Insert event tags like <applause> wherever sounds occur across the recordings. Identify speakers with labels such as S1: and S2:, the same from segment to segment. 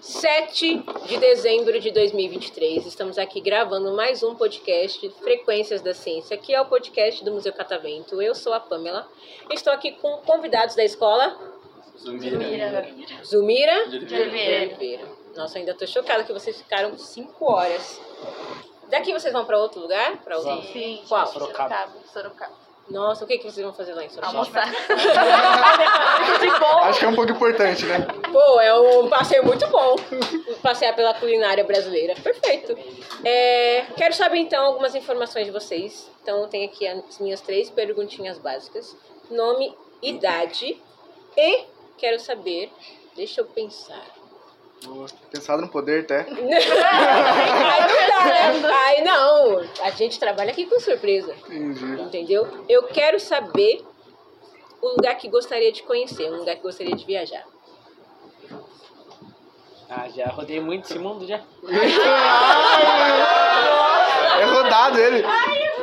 S1: 7 de dezembro de 2023. Estamos aqui gravando mais um podcast Frequências da Ciência, que é o podcast do Museu Catavento. Eu sou a Pamela. Estou aqui com convidados da escola
S2: né?
S1: né?
S3: Zumira.
S1: Zumira
S3: De
S4: De
S1: de
S3: Oliveira.
S4: Oliveira.
S1: Oliveira. Nossa, ainda estou chocada que vocês ficaram 5 horas. Daqui vocês vão para outro lugar? Para outro?
S3: Vamos.
S4: Sim,
S1: Qual?
S4: Sorocaba. Sorocaba.
S1: Nossa, o que, que vocês vão fazer lá em Sorocaba?
S4: Almoçar.
S3: Acho que é um pouco importante, né?
S1: Pô, é um passeio muito bom. <laughs> Passear pela culinária brasileira. Perfeito. É, quero saber então algumas informações de vocês. Então, eu tenho aqui as minhas três perguntinhas básicas: nome, idade e quero saber. Deixa eu pensar. <laughs>
S3: Pensado no poder, até.
S1: Aí não, dá, né? Aí não, a gente trabalha aqui com surpresa,
S3: <laughs> Entendi.
S1: entendeu? Eu quero saber o lugar que gostaria de conhecer, um lugar que gostaria de viajar.
S2: Ah, já rodei muito esse mundo já.
S3: É rodado ele.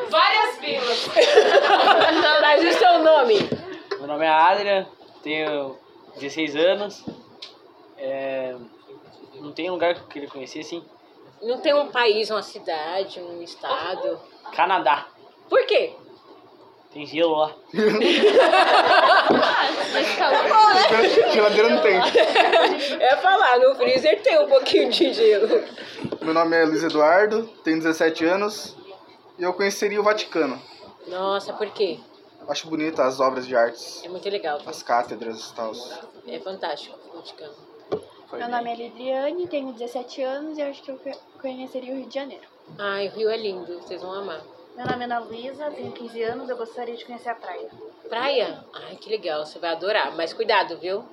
S4: Várias vilas.
S1: Mas o seu nome?
S2: Meu nome é Adrian, tenho 16 anos. É, Não tem lugar que eu queria conhecer assim.
S1: Não tem um país, uma cidade, um estado.
S2: Canadá.
S1: Por quê? <laughs>
S2: Tem gelo lá.
S4: Mas calor.
S3: Geladeira não tem.
S1: É falar, no freezer tem um pouquinho de gelo.
S3: Meu nome é Luiz Eduardo, tenho 17 anos e eu conheceria o Vaticano.
S1: Nossa, por quê?
S3: Acho bonita as obras de artes,
S1: É muito legal.
S3: as cátedras e tal.
S1: É fantástico o Vaticano.
S5: Meu nome é Lidriane, tenho 17 anos e acho que eu co- conheceria o Rio de Janeiro.
S1: Ai, o Rio é lindo, vocês vão amar.
S6: Meu nome é Ana Luísa, tenho 15 anos, eu gostaria de conhecer a praia.
S1: Praia? Ai, que legal, você vai adorar. Mas cuidado, viu?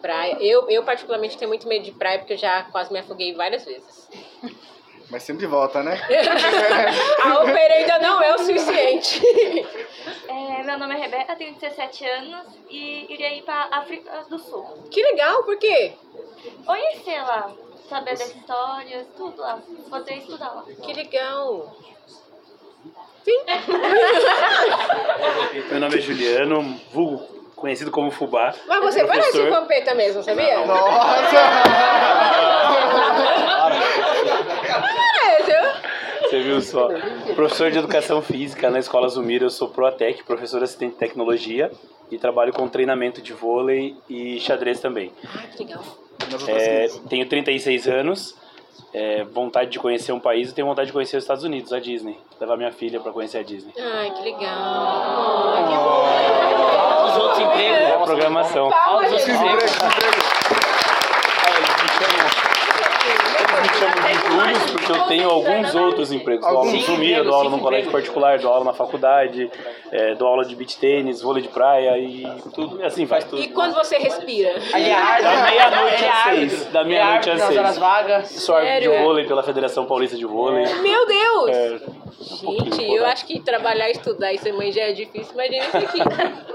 S1: Praia. Eu, eu particularmente tenho muito medo de praia porque eu já quase me afoguei várias vezes. <laughs>
S3: Mas sempre volta, né?
S1: A ópera ainda não é o suficiente.
S6: É, meu nome é Rebeca, tenho 17 anos e iria ir para África do Sul.
S1: Que legal, por quê?
S6: Conhecer lá, saber das histórias, tudo lá, poder estudar lá.
S1: Que legal. <laughs>
S7: Meu nome é Juliano, vulgo conhecido como Fubá.
S1: Mas você parece um
S7: Professor.
S1: vampeta mesmo, sabia?
S3: Nossa!
S1: Parece, viu?
S7: Você viu só? Professor de Educação Física na Escola Zumira, eu sou Proatec, professor assistente de tecnologia e trabalho com treinamento de vôlei e xadrez também.
S1: Ai, que legal.
S3: Nas outras
S7: É,
S3: crianças.
S7: tenho 36 anos, é, vontade de conhecer um país, eu tenho vontade de conhecer os Estados Unidos, a Disney. Levar minha filha pra conhecer a Disney.
S1: Ai, que legal.
S2: Os outros empregos.
S7: É a programação.
S1: Palmas,
S2: Os
S1: gente.
S3: Emprego,
S2: empregos.
S3: emprego.
S7: Ah, Eles me chamam, eles me chamam de Julius porque eu tenho alguns
S1: né?
S7: outros empregos. Dou aula no
S3: Alguns
S7: Zumira, dou aula num
S2: empregos,
S7: colégio
S2: cinco
S7: particular, dou aula na faculdade, é, dou aula de beach tênis, vôlei de praia e tudo. e Assim vai tudo.
S1: E quando você respira?
S2: Ele é árbitro.
S7: Da meia-noite
S2: Ele é
S7: às
S2: árbitro.
S7: seis. Da
S2: Ele é
S7: meia-noite às
S2: árbitro Nas horas
S7: seis.
S2: vagas.
S7: Sou árbitro
S1: Sério? é?
S7: de vôlei pela Federação Paulista de Vôlei.
S1: Meu Deus!
S7: É,
S1: Gente,
S7: pouquinho,
S1: eu
S7: né?
S1: acho que trabalhar, estudar e ser mãe já é difícil, imagina isso <laughs> aqui.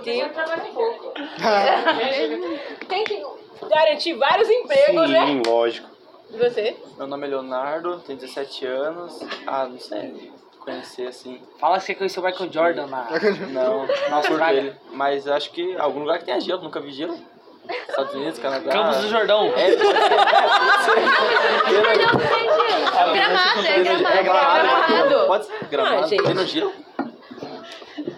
S1: Tem,
S3: <laughs> Ah!
S1: tem que garantir vários empregos, né?
S7: Sim, lógico.
S1: E você?
S8: Meu nome é Leonardo, tenho 17 anos. Ah, não sei. Conhecer assim.
S2: Fala que você conheceu o Michael Jordan na...
S8: Não, não surto
S2: Praga.
S8: ele. Mas acho que algum lugar que tenha gelo, nunca vi gelo. Estados Unidos, Canadá.
S1: Então
S2: Campos do Jordão.
S8: É, pode ser,
S4: Gramado, é gramado.
S8: é
S1: Gramado.
S8: gramado. Pode ser gramado.
S1: Ah, gente.
S8: Tem no gelo?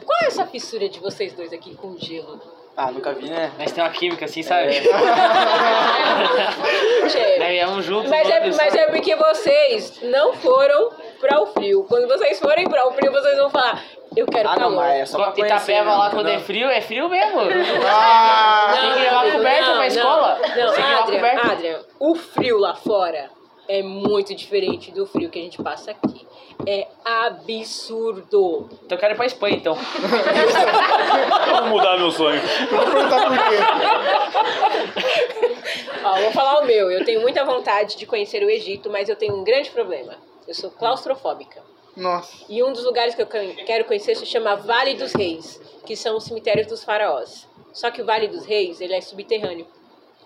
S1: Qual é essa fissura de vocês dois aqui com gelo?
S8: Ah, nunca vi, né?
S2: Mas tem uma química assim, sabe?
S1: Gente,
S2: É, é um junto.
S1: <laughs> Mas é,
S2: todos.
S1: mas é porque vocês não foram para o frio. Quando vocês forem para o frio, vocês vão falar: Eu quero
S8: Ah, não,
S1: calor.
S8: mas é só pra conhecer.
S2: Itapeva lá
S8: né?
S2: quando é frio, é frio mesmo. <laughs>
S3: Ah!
S2: Tem que levar coberta pra escola.
S1: Não,
S2: Tem que levar
S1: Adrian,
S2: coberta.
S1: Adrian, o frio lá fora é muito diferente do frio que a gente passa aqui. É absurdo.
S2: Então eu quero ir pra Espanha, então.
S7: Vou mudar meu sonho.
S3: Vou perguntar por quê.
S1: Ó, vou falar o meu. Eu tenho muita vontade de conhecer o Egito, mas eu tenho um grande problema. Eu sou claustrofóbica.
S3: Nossa.
S1: E um dos lugares que eu can- quero conhecer se chama Vale dos Reis, que são os cemitérios dos faraós. Só que o Vale dos Reis, ele é subterrâneo.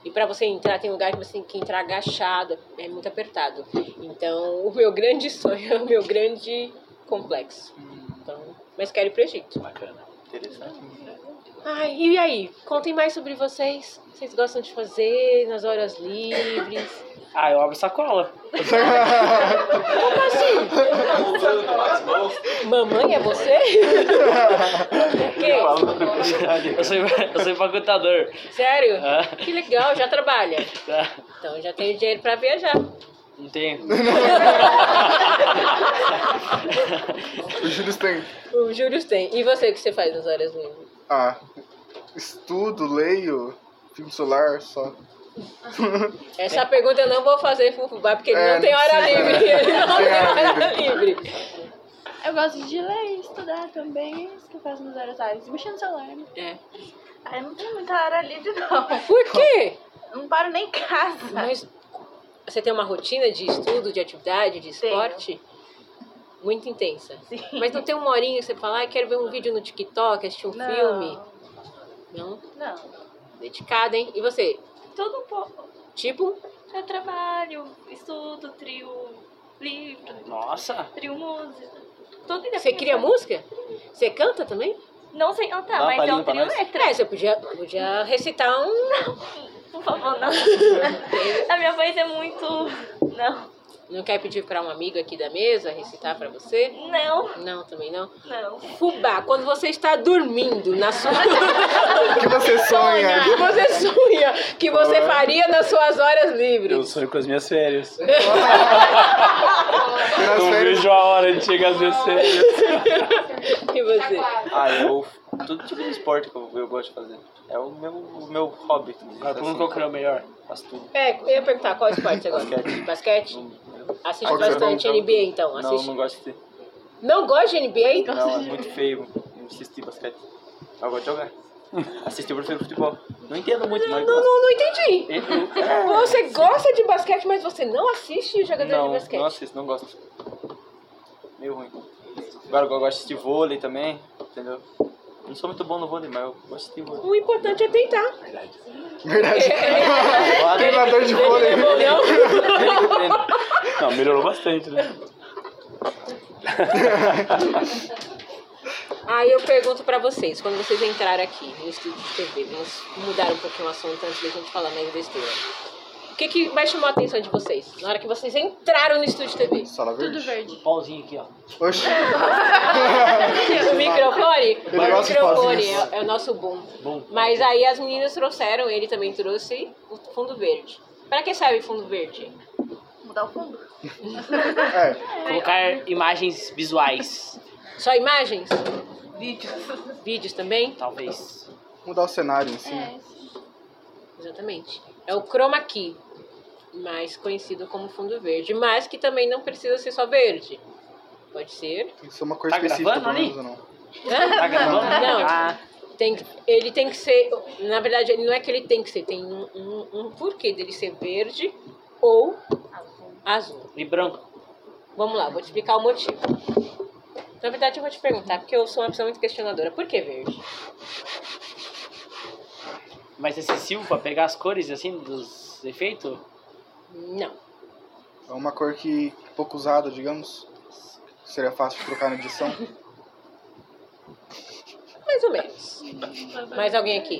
S1: E pra você entrar, tem lugar que você tem que entrar agachado, é muito apertado. Então, <laughs> o meu grande sonho é o meu grande complexo. Então, mas quero ir pro Egito.
S7: Bacana.
S8: Interessante.
S1: Ai, e aí? Contem mais sobre vocês. O que Vocês gostam de fazer nas horas livres?
S2: Ah, eu abro sacola.
S1: Como assim? Mamãe é você? <laughs>
S8: Fala
S1: que?
S8: com tranquilidade.
S2: Eu sou, eu sou empacotador.
S1: Sério?
S2: Ah,
S1: Que legal, já trabalha.
S2: tá.
S1: Então já tenho dinheiro pra <laughs> viajar.
S2: Não tenho.
S3: Os juros têm.
S1: O Júlio tem. E você, o que você faz nas horas livres?
S3: Ah, estudo, leio, filme solar, só.
S1: Essa pergunta eu não vou fazer pro Fubá, porque ele
S3: É,
S1: É. não tem
S3: não
S1: hora
S3: precisa,
S1: livre. <laughs>
S3: né?
S1: Ele não
S3: Não
S1: tem
S3: tem
S1: hora
S3: hora
S1: livre.
S5: Eu gosto de ler e estudar também. É isso que eu faço nos horas vagas. Mexer no celular. né?
S1: É.
S4: Ah, eu não tenho muita hora livre, não.
S1: Por quê?
S4: Eu Não paro nem em casa.
S1: <laughs> Mas você tem uma rotina de estudo, de atividade, de esporte? Muito intensa. Mas não tem uma horinha que você fala, ah, quero ver um vídeo no TikTok, assistir um filme? Não?
S4: Não.
S1: Dedicada, hein? E você?
S6: Tudo um pouco.
S1: Tipo?
S6: Eu trabalho, estudo, trio livro,
S2: Nossa.
S6: trio música. Tudo independente.
S1: Você cria música? Você canta também?
S6: Não sei cantar,
S8: Dá uma
S6: mas é um
S8: palhinha pra
S6: trio
S8: nós?
S6: letra.
S1: É, você podia, podia recitar um.
S6: Por favor, não. <laughs> A minha voz é muito. Não,
S1: Não quer pedir pra um amigo aqui da mesa recitar pra você?
S6: não,
S1: Não, também não.
S6: não.
S1: Fubá, quando você está dormindo na sua <laughs>
S3: O que você sonha?
S1: que você sonha que você faria nas suas horas livres.
S7: Eu sonho com as minhas
S1: <laughs>
S7: férias.
S3: <laughs> Nas
S7: Não
S3: férias,
S7: vejo a hora de chegar às minhas férias.
S1: E você?
S8: Ah, eu. Todo tipo de esporte que eu, eu gosto de fazer. É o meu, o meu hobby. assim.
S2: Ah, como que eu criei o melhor?
S8: Faço tudo.
S1: É, eu ia perguntar qual esporte você gosta?
S8: Basquete.
S1: Basquete?
S8: Não,
S1: Assiste
S3: Qual que você
S1: bastante
S3: gosta?
S1: NBA então, assiste.
S8: não gosto de.
S1: Não gosta de NBA?
S8: Não, é muito feio assistir basquete. Eu gosto de jogar. <laughs> Assistir, eu prefiro futebol. Não É, entendo muito, mas
S1: Não,
S8: gosto.
S1: não, não entendi.
S8: Eu-
S1: Você gosta de basquete, mas você não assiste jogador de
S8: Não,
S1: basquete.
S8: não assisto, não gosto. Meio ruim. Agora eu gosto de vôlei também, entendeu? Não sou muito bom no vôlei, mas eu gosto de vôlei.
S1: O importante é tentar.
S3: verdade.
S8: Agora eu
S3: Treinador de vôlei.
S8: <laughs> treino.
S7: Não, melhorou bastante, né?
S1: Aí eu pergunto pra vocês, quando vocês entraram aqui no estúdio de TV, vamos mudar um pouquinho o assunto antes da gente falar mais besteira. O que, que mais chamou a atenção de vocês na hora que vocês entraram no estúdio de TV?
S3: Sala
S5: Tudo
S3: verde.
S5: verde.
S2: Um pauzinho aqui, ó.
S3: Oxi.
S1: O microfone? O
S3: gosta de
S1: microfone
S3: fazer isso.
S1: é, é o nosso boom.
S2: Bom.
S1: Mas aí as meninas trouxeram, ele também trouxe o fundo verde. Pra que serve fundo verde?
S4: Mudar o fundo.
S3: É,
S2: Colocar imagens visuais,
S1: Só imagens?
S4: Vídeos.
S1: Vídeos também?
S2: talvez.
S3: mudar o cenário assim. em si.
S5: É, isso.
S1: Exatamente. É o chroma key, mais conhecido como fundo verde, mas que também não precisa ser só verde. Pode
S3: <laughs>
S1: ser.
S3: Tem que ser uma cor
S2: Tá
S3: específica, pelo
S2: gravando
S3: menos, ou não.
S2: Tá gravando?
S1: Não.
S2: Ah,
S1: Tem, que- ele tem que ser. Na verdade, ele não é que ele tem que ser, tem um, um, um porquê dele ser verde ou azul.
S2: e branco.
S1: Vamos lá, vou te explicar o motivo. Na verdade, eu vou te perguntar, porque eu sou uma pessoa muito questionadora. Por que verde?
S2: Mas é excessivo pra pegar as cores, assim, dos efeitos?
S1: Não.
S3: É uma cor que pouco usada, digamos. Seria fácil de trocar na edição.
S1: Mais ou menos. Mais alguém aqui?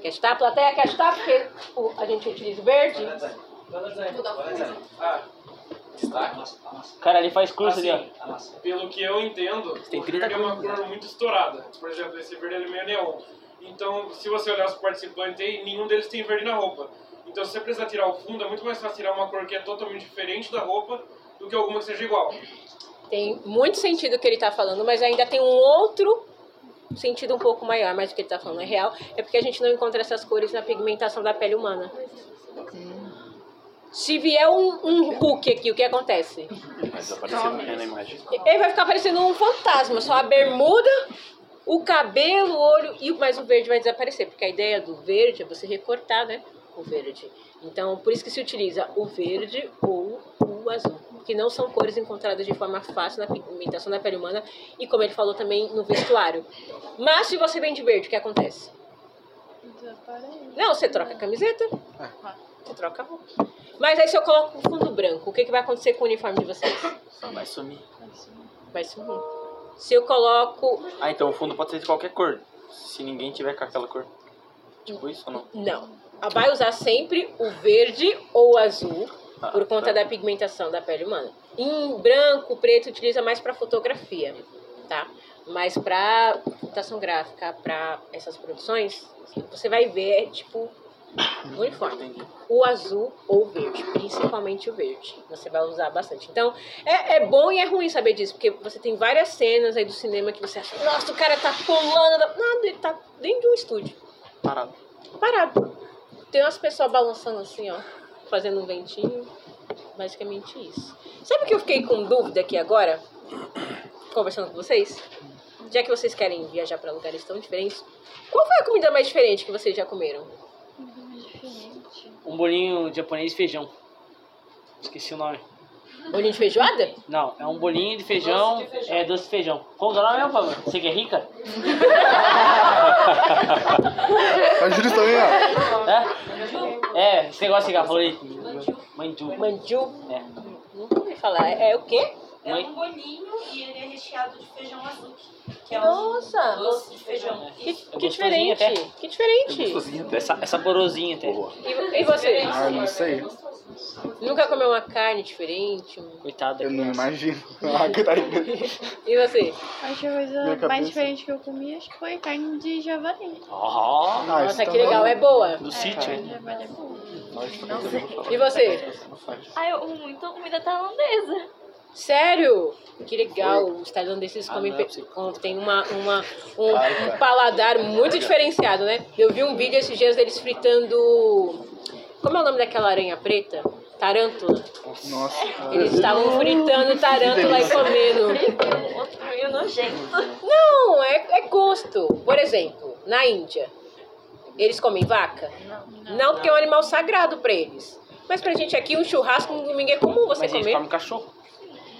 S1: Quer chutar? A plateia quer chutar porque o- a gente utiliza o verde?
S2: O cara ali faz curso ali, ó.
S9: Assim, pelo que eu entendo,
S2: Tem
S9: o
S2: 30
S9: verde é uma cor muito estourada. Por exemplo, esse verde ele é meio neon. Então, se você olhar os participantes aí, nenhum deles tem verde na roupa. Então, se você precisar tirar o fundo, é muito mais fácil tirar uma cor que é totalmente diferente da roupa do que alguma que seja igual.
S1: Tem muito sentido o que ele tá falando, mas ainda tem um outro sentido um pouco maior, mas o que ele tá falando é real. É porque a gente não encontra essas cores na pigmentação da pele humana. Se vier um, um Hulk aqui, o que acontece?
S7: Mas apareceu na imagem.
S1: Ele vai ficar parecendo um fantasma, só a bermuda, o cabelo, o olho, e mas o verde vai desaparecer, porque a ideia do verde é você recortar, né? O verde. Então, por isso que se utiliza o verde ou o azul, que não são cores encontradas de forma fácil na pigmentação da pele humana e, como ele falou também, no vestuário. Mas se você vem de verde, o que acontece?
S5: Muito coisa, parei.
S1: Não, você troca a camiseta.
S3: Ah.
S1: Você troca a roupa. Mas aí se eu coloco o fundo branco, o que, que vai acontecer com o uniforme de vocês?
S8: Só vai sumir.
S1: Vai sumir. Se eu coloco.
S8: Ah, então o fundo pode ser de qualquer cor. Se ninguém tiver com aquela cor. Tipo isso ou não?
S1: Não. Ah, Vai usar sempre o verde ou o azul,
S8: Ah,
S1: por conta
S8: tá.
S1: da pigmentação da pele humana. Em branco, preto utiliza mais pra fotografia, tá? Mas pra computação gráfica, pra essas produções, você vai ver, tipo, o uniforme.
S8: Entendi.
S1: o azul ou o verde, principalmente o verde. Você vai usar bastante. Então, é, é bom e é ruim saber disso, porque você tem várias cenas aí do cinema que você acha, nossa, o cara tá pulando. da-" Nada, ele tá dentro de um estúdio,
S8: Parado.
S1: parado. Tem umas pessoas balançando assim, ó, fazendo um ventinho. Basicamente isso. Sabe o que eu fiquei com dúvida aqui agora? Conversando com vocês? Já que vocês querem viajar pra lugares tão diferentes, qual foi a comida mais diferente que vocês já comeram?
S5: Diferente.
S2: Um bolinho japonês e feijão. Esqueci o nome.
S1: Bolinho de feijoada?
S2: Não, é um bolinho de feijão, é doce de feijão. Como que é o nome mesmo, Pablo? Você que é rica?
S3: A Júlia Tá também, ó.
S2: É? É, esse negócio que ela falou aí. Mandu.
S1: Mandiu?
S2: É.
S1: Nunca ouvi falar. É, é o quê?
S10: É
S2: Mãe.
S10: um bolinho e ele é recheado de feijão azul, que é um
S1: Nossa!
S10: doce de feijão.
S1: Que, que
S2: É gostosinho
S1: diferente!
S2: até.
S1: Que diferente!
S7: Gostosinho até.
S2: É, sa- é saborosinho até.
S7: Boa.
S1: E, e você?
S3: Ah, não
S10: É
S3: sei.
S1: Nunca comeu uma carne diferente? um-
S2: Coitado da
S3: Eu não
S2: criança.
S3: imagino. Ah, que tá aí.
S1: E você?
S5: Acho que a
S3: Minha
S5: coisa
S3: cabeça.
S5: mais diferente que eu comi acho que foi carne de javali.
S2: Ó,
S3: Ah, isso
S1: Nossa, que
S3: também.
S1: legal, é boa.
S8: Do
S5: É,
S8: sítio,
S5: carne
S8: hein?
S5: de javali é boa.
S1: E você?
S6: Ah, eu amo muito comida tailandesa.
S1: Sério? Que legal, os tailandeses
S2: Ah,
S1: comem.
S2: não,
S1: pe-
S2: eu sei.
S1: com- Tem uma, uma, um,
S8: Ai, cara.
S1: um paladar muito diferenciado, né? Eu vi um vídeo esses dias deles fritando. Como é o nome daquela aranha preta? Tarântula.
S3: Nossa. é.
S1: Eles estavam fritando tarântula e comendo.
S6: Eu, outro meio nojento.
S1: Não, é, é gosto. Por exemplo, na Índia, eles comem vaca? Não. Não, porque é um animal sagrado pra eles. Mas pra gente aqui, um churrasco no domingo é comum você
S2: mas eles
S1: comer.
S2: comem cachorro,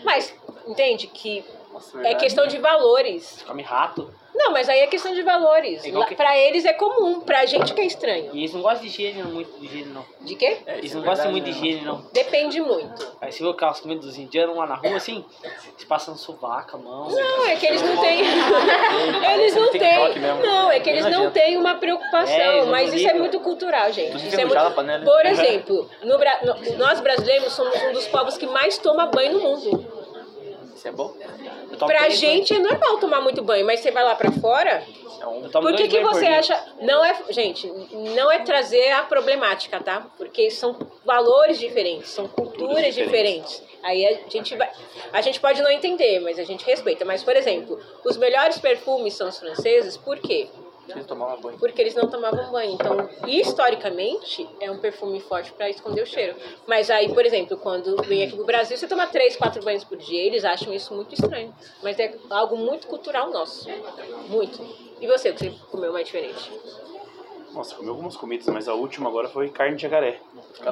S1: Mas, entende que
S8: Nossa,
S1: é
S8: verdade.
S2: né?
S1: questão de valores.
S2: come rato.
S1: Não, mas aí é questão de valores.
S2: É igual
S1: Lá,
S2: que-
S1: Pra eles é comum, pra gente que é estranho.
S2: E eles não gostam de higiene, não, muito de higiene, não.
S1: De quê?
S8: É,
S2: Eles
S8: isso é
S2: não gostam
S8: verdade,
S2: muito de
S8: né?
S2: higiene, não.
S1: Depende muito.
S2: Aí você vê aquelas comidas dos indianos lá na rua, assim, eles passam sovaco, a mão.
S1: Não, é que eles não
S8: <laughs>
S1: têm. eles não
S8: TikTok
S1: têm.
S8: mesmo.
S1: Não, é que eles
S8: Não
S1: não
S8: adianta.
S1: têm uma
S2: É, eles
S1: preocupação.
S2: não
S1: Mas isso é
S2: ligam.
S1: muito cultural, gente.
S8: Tu
S1: Isso é
S8: fica
S1: muito
S8: na panela.
S1: Por exemplo, no Bra- no- nós brasileiros somos um dos povos que mais toma banho no mundo.
S8: Isso é bom?
S2: Eu tomo
S1: Pra
S2: três
S1: gente é normal tomar muito banho, mas você vai lá pra fora.
S8: É um
S2: banhos. Eu tomo
S1: Por que,
S2: dois
S1: que
S2: banhos
S1: você
S2: dia.
S1: acha. Não é. Gente, não é trazer a problemática, tá? Porque são valores diferentes, são culturas
S7: Culturas
S1: diferentes.
S7: diferentes.
S1: Aí a gente vai. A gente pode não entender, mas a gente respeita. Mas, por exemplo, os melhores perfumes são os franceses, por quê?
S8: Preciso tomar uma banho.
S1: porque eles não tomavam banho. Então, historicamente, é um perfume forte para esconder o cheiro. Mas aí, por exemplo, quando vem aqui pro Brasil, você toma três, quatro banhos por dia, eles acham isso muito estranho. Mas é algo muito cultural nosso. Muito. E você, o que você comeu mais diferente?
S7: Nossa, comi algumas comidas, mas a última agora foi carne de jacaré.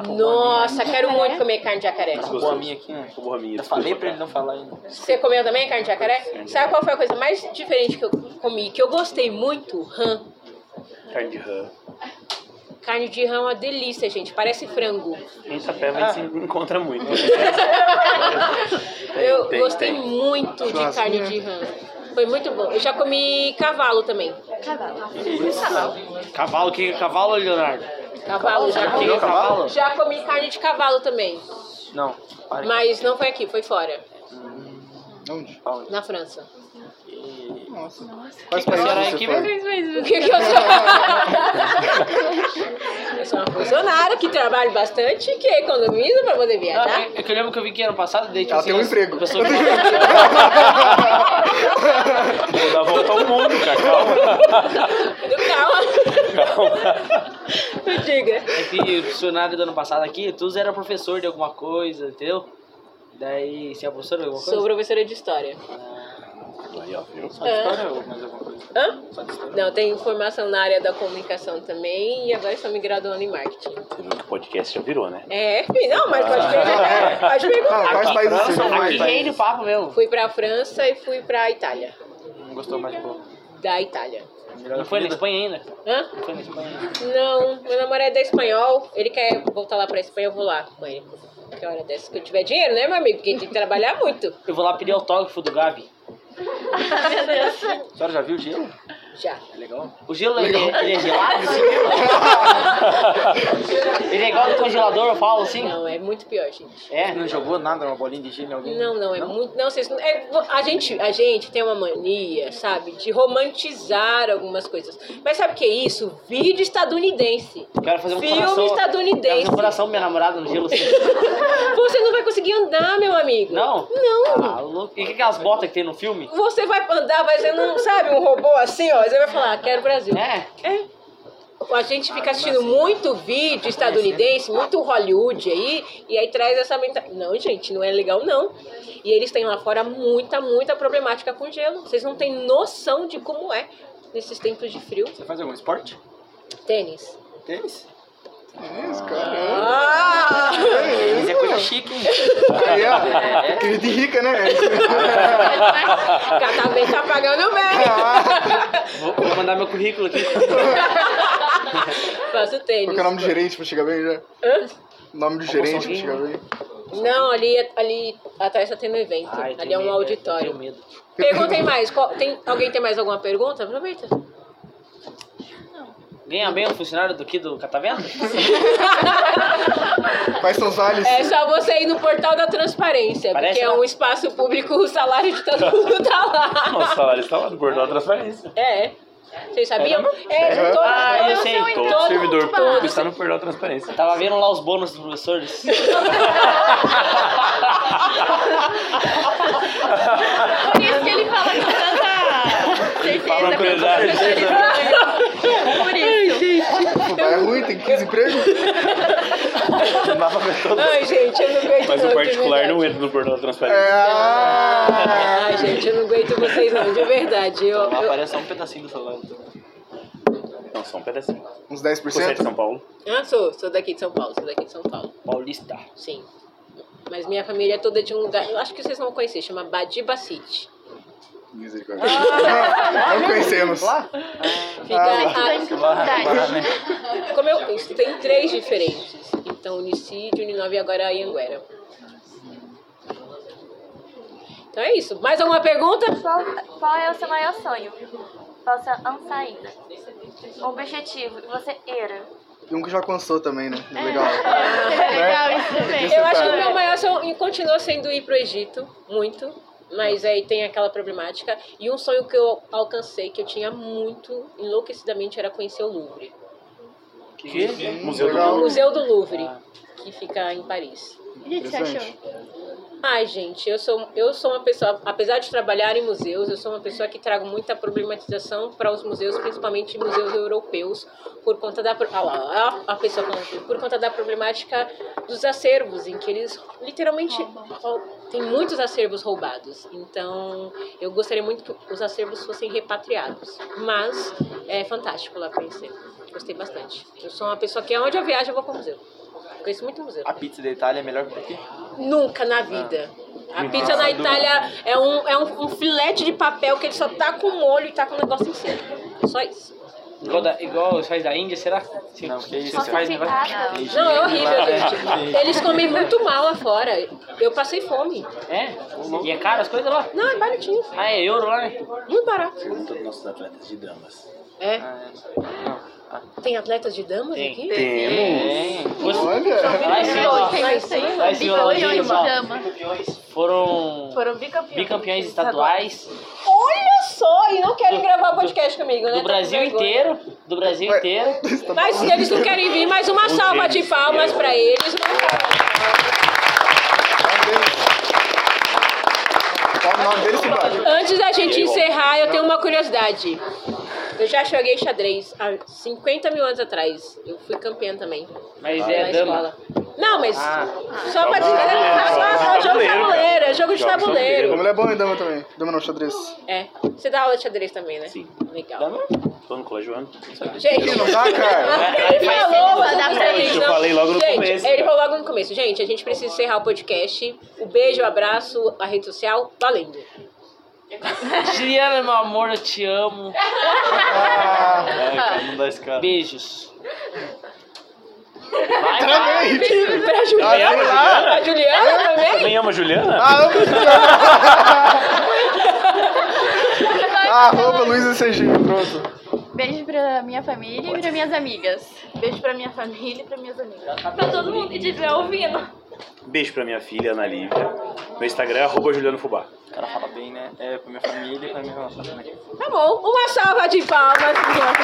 S1: Nossa, quero muito comer carne de jacaré.
S8: Tá com a minha aqui,
S3: Ah.
S8: né?
S7: Porra minha.
S8: Já falei pra ele
S7: desculpa,
S8: não falar ainda.
S1: Você comeu também carne de jacaré? Sabe qual foi a coisa mais diferente que eu comi? Que eu gostei muito? Rã.
S7: cara. Carne de rã.
S1: Carne de rã é uma delícia, gente. Parece frango.
S7: Em Itapeva a gente se encontra muito.
S1: <laughs> Eu
S7: Tem,
S1: gostei
S7: tem.
S1: muito de
S3: Churrasquinho,
S1: carne de rã. Foi muito bom. Eu já comi cavalo também.
S2: Cavalo, que cavalo, Leonardo?
S1: é Cavalo, já
S2: é
S8: Você comeu
S1: comi.
S8: cavalo?
S1: Já comi carne de cavalo também.
S8: Não. Pare.
S1: Mas não foi aqui, foi fora.
S3: Onde?
S8: Aonde?
S1: Na França.
S3: Nossa. Quais
S2: Essa era a
S3: países você
S2: equipe-
S3: foi?
S1: O que, que <laughs> eu sou? <laughs> eu sou uma funcionária que trabalho bastante, que economiza pra poder
S2: Não,
S1: viajar.
S2: é, é que eu lembro que eu vi que ano passado, daí tipo,
S3: Ela tem um
S2: as-
S3: emprego.
S2: a
S3: <laughs>
S2: pessoa-
S7: Vou dar volta ao mundo, cara. Calma.
S1: Calma,
S7: Calma.
S1: <laughs> me diga.
S2: É que o funcionário do ano passado aqui, todos eram professor de alguma coisa, entendeu? Daí, você é professor de alguma coisa?
S1: Sou professora de história.
S7: Aí, ó, viu?
S8: Só de história ou mais alguma coisa?
S1: Hã?
S8: Só de história.
S1: Não, tenho formação na área da comunicação também e agora estou me graduando em marketing.
S7: Você viu que o podcast já virou, né?
S1: É, enfim, não, mas pode perguntar. Pode
S3: Ah,
S1: perguntar.
S3: quais países você
S8: é um
S2: Aqui
S3: foi?
S2: reina o papo mesmo.
S1: Fui pra França e fui pra Itália.
S8: Não gostou mais do povo.
S1: Da Itália.
S2: Não foi na Espanha ainda?
S1: Hã?
S2: Não foi na Espanha ainda.
S1: Não, meu namorado é espanhol, ele quer voltar lá pra Espanha, eu vou lá com ele. Que hora dessa que eu tiver dinheiro, né, meu amigo? Porque tem que trabalhar muito.
S2: Eu vou lá pedir autógrafo do Gabi.
S1: meu Deus.
S8: A senhora já viu o gelo?
S1: Já.
S8: É legal.
S2: O gelo ele, ele é gelado?
S8: <laughs>
S2: esse gelo? ele é igual do congelador, eu falo assim.
S1: Não, é muito pior, gente.
S2: É?
S8: Não jogou nada, uma bolinha de gelo em alguém?
S1: Não, não, é muito. Não, vocês. não- é- a, gente, a gente tem uma mania, sabe, de romantizar algumas coisas. Mas sabe o que é isso? Vídeo estadunidense.
S2: Quero fazer um
S1: Filme
S2: coração. Quero
S1: estadunidense.
S2: fazer um coração minha namorada no gelo assim.
S1: Você não vai conseguir andar, meu amigo.
S2: Não?
S1: Não.
S2: Ah, louco. E que aquelas botas que tem no filme?
S1: Você vai andar, vai ser um, sabe, um robô assim, ó. Você vai falar, quero Brasil.
S2: É?
S1: É. A gente fica assistindo muito vídeo estadunidense, muito Hollywood aí, e aí traz essa mentalidade. Não, gente, não é legal, não. E eles têm lá fora muita, muita problemática com gelo. Vocês não têm noção de como é nesses tempos de frio.
S8: Você faz algum esporte?
S1: Tênis.
S8: Tênis?
S3: Isso, caramba.
S1: Ah! <laughs>
S8: Tênis é coisa chique, hein?
S3: Aí, ó. É. Coisa de rica, né?
S1: Catavento tá pagando
S3: Ah,
S1: bem.
S2: Vou, vou mandar meu currículo aqui.
S1: Faço
S3: Qual
S1: tênis.
S3: que é o nome do gerente pra chegar bem já?
S1: Hã?
S3: Nome do gerente pra chegar bem.
S1: Não, ali, ali atrás tá tendo evento.
S2: Ai,
S1: ali
S2: tenho
S1: é um
S2: medo,
S1: auditório.
S2: Tenho medo.
S1: Perguntem mais. Qual- tem, alguém tem mais alguma pergunta? Aproveita.
S2: Ganha bem o funcionário do que do Catavento?
S3: Quais são os vales?
S1: É só você ir no portal da transparência,
S2: Parece,
S1: porque é
S2: né?
S1: um espaço público, o salário de todo mundo tá
S7: Nosso
S1: lá.
S7: salário está tá lá no portal da transparência.
S1: É. Vocês sabiam? É,
S7: Sério?
S1: todo,
S2: Ah, eu sei.
S7: Todo,
S1: todo
S7: servidor
S1: mundo
S7: público
S1: lá.
S7: está no portal da transparência.
S2: Tava vendo lá os bônus dos professores.
S6: Por isso que ele fala com tanta
S1: é
S7: Fala uma
S6: certeza.
S7: curiosidade.
S6: Por
S5: É
S6: isso.
S3: Vai é ruim, tem 15 empregos.
S7: Não dá pra ver todo.
S1: Ai, gente, eu não <laughs> aguento um
S7: Mas
S1: não,
S7: o
S1: de
S7: particular não
S1: É verdade.
S7: entra no portal da
S3: É.
S7: transparência.
S3: ah,
S1: Ai, gente, eu não aguento vocês não, de verdade. Eu,
S8: Lá
S1: eu-
S8: aparece só um pedacinho do celular.
S7: Não, só um pedacinho.
S3: Uns
S7: Você é de
S3: 10%?
S7: São Paulo?
S1: Ah, sou, sou daqui de São Paulo, sou daqui de São Paulo,
S2: Paulista.
S1: sim. Mas minha família é toda de um lugar, eu acho que vocês vão conhecer, chama Badibacite.
S3: Misericórdia. Não, não conhecemos.
S1: Fica
S3: Ah,
S1: a-
S8: Lá, né?
S1: Como eu, isso tem três diferentes. Então, Unicídio, Uninove e agora Anhanguera. Então é isso. Mais alguma pergunta?
S6: Qual, qual é o seu maior sonho? Qual a sua ânsia ainda? O objetivo que você era?
S3: E um que já cansou também, né? Legal.
S5: É.
S3: Né?
S5: legal isso também.
S1: Eu acho que o meu maior sonho continua sendo ir pro Egito, muito. Mas aí tem aquela problemática. E um sonho que eu alcancei, que eu tinha muito enlouquecidamente, era conhecer o Louvre.
S7: Que?
S3: Hum,
S7: Museu do
S1: O
S3: legal.
S1: Museu do Louvre,
S8: Ah.
S1: que fica em Paris.
S5: O que que você achou?
S1: Ai, gente, eu sou, eu sou uma pessoa, apesar de trabalhar em museus, eu sou uma pessoa que trago muita problematização para os museus, principalmente museus europeus, por conta da. pro- Ah, lá, lá, a pessoa falando, por conta da problemática dos acervos, em que eles literalmente. rou- Tem muitos acervos roubados. Então, eu gostaria muito que os acervos fossem repatriados. Mas é fantástico lá conhecer. Gostei bastante. Eu sou uma pessoa que aonde eu viajo, eu vou para o museu. Conheço muito museu.
S8: A pizza da Itália é melhor que aqui.
S1: Nunca
S2: Ah.
S1: na vida. A pizza na Itália é, um, é um, um filete de papel que ele só tá com molho e tá com um negócio em cima. Só isso.
S2: Igual, da, igual os faz da Índia, será? Sim,
S8: Não, que isso,
S6: Posso
S2: faz um negócio.
S6: aceitar?
S1: Não, é horrível, gente. Eles comem muito mal lá fora. Eu passei fome.
S2: É? E é caro as coisas lá?
S1: Não, é baratinho.
S2: Ah, é euro lá, né?
S1: Muito barato.
S7: Pergunta dos nossos atletas de damas.
S1: É.
S8: Ah,
S1: Tem atletas de damas
S2: é. Tem.
S1: aqui?
S7: Temos.
S2: Os-
S3: Olha.
S2: Lá em cima, ó,
S1: Mas tem.
S2: lá em cima, lá em cima,
S5: Bilhões de
S2: ó,
S5: dama.
S2: foram
S4: Foram bicampeões.
S2: bicampeões estaduais
S1: Olha só, e não
S2: <laughs>
S1: querem gravar podcast comigo, né?
S2: do
S1: Tá com
S2: Brasil
S1: vergonha.
S2: inteiro, do Brasil
S3: Ué.
S2: inteiro. tá
S1: Mas se eles não querem vir, mais
S2: <laughs>
S1: uma salva de palmas pra eles. né?
S3: Qual o nome dele, Simba?
S1: Antes da gente encerrar, eu tenho uma curiosidade. Eu já joguei xadrez há 50 mil anos atrás. Eu fui campeã também.
S2: Mas
S1: na
S2: é dama.
S1: escola. Não, mas
S2: Ah,
S1: só pra dizer. Ah, jogo de tabuleiro, é jogo de
S7: Jogo de
S1: tabuleiro.
S7: tabuleiro.
S3: A mulher é bom em dama também. Dama não, xadrez.
S1: É. Você dá aula de xadrez também, né?
S7: Sim. né?
S1: Legal.
S7: Tô no colégio ano.
S1: Gente. <laughs>
S3: Não dá, cara?
S1: Ele falou, mas dá pra gente,
S7: Eu
S1: não.
S7: falei logo no
S1: Gente,
S7: começo,
S1: Ele
S7: cara.
S1: falou logo no começo. Um Gente, a gente precisa encerrar o podcast. O beijo, o abraço, a rede social, valendo. <laughs>
S2: Juliana, meu amor, eu te amo.
S8: Ai, cara, não dá escala.
S2: Beijos.
S8: Vai, vai.
S1: Pra Juliana? pra Juliana também?
S7: Também ama a Juliana?
S3: Ah, amo Juliana. Arroba Luiz e CG, pronto.
S5: Beijo pra minha família e pra minhas amigas.
S4: Beijo pra minha família e pra minhas amigas.
S6: Pra todo mundo que estiver ouvindo.
S7: Beijo pra minha filha, Ana Lívia. Meu Instagram é arroba Juliano Fubá.
S8: O cara fala bem, né? É, pra minha família e pra né? minha relação também.
S1: Tá bom, uma salva de palmas. Juliana.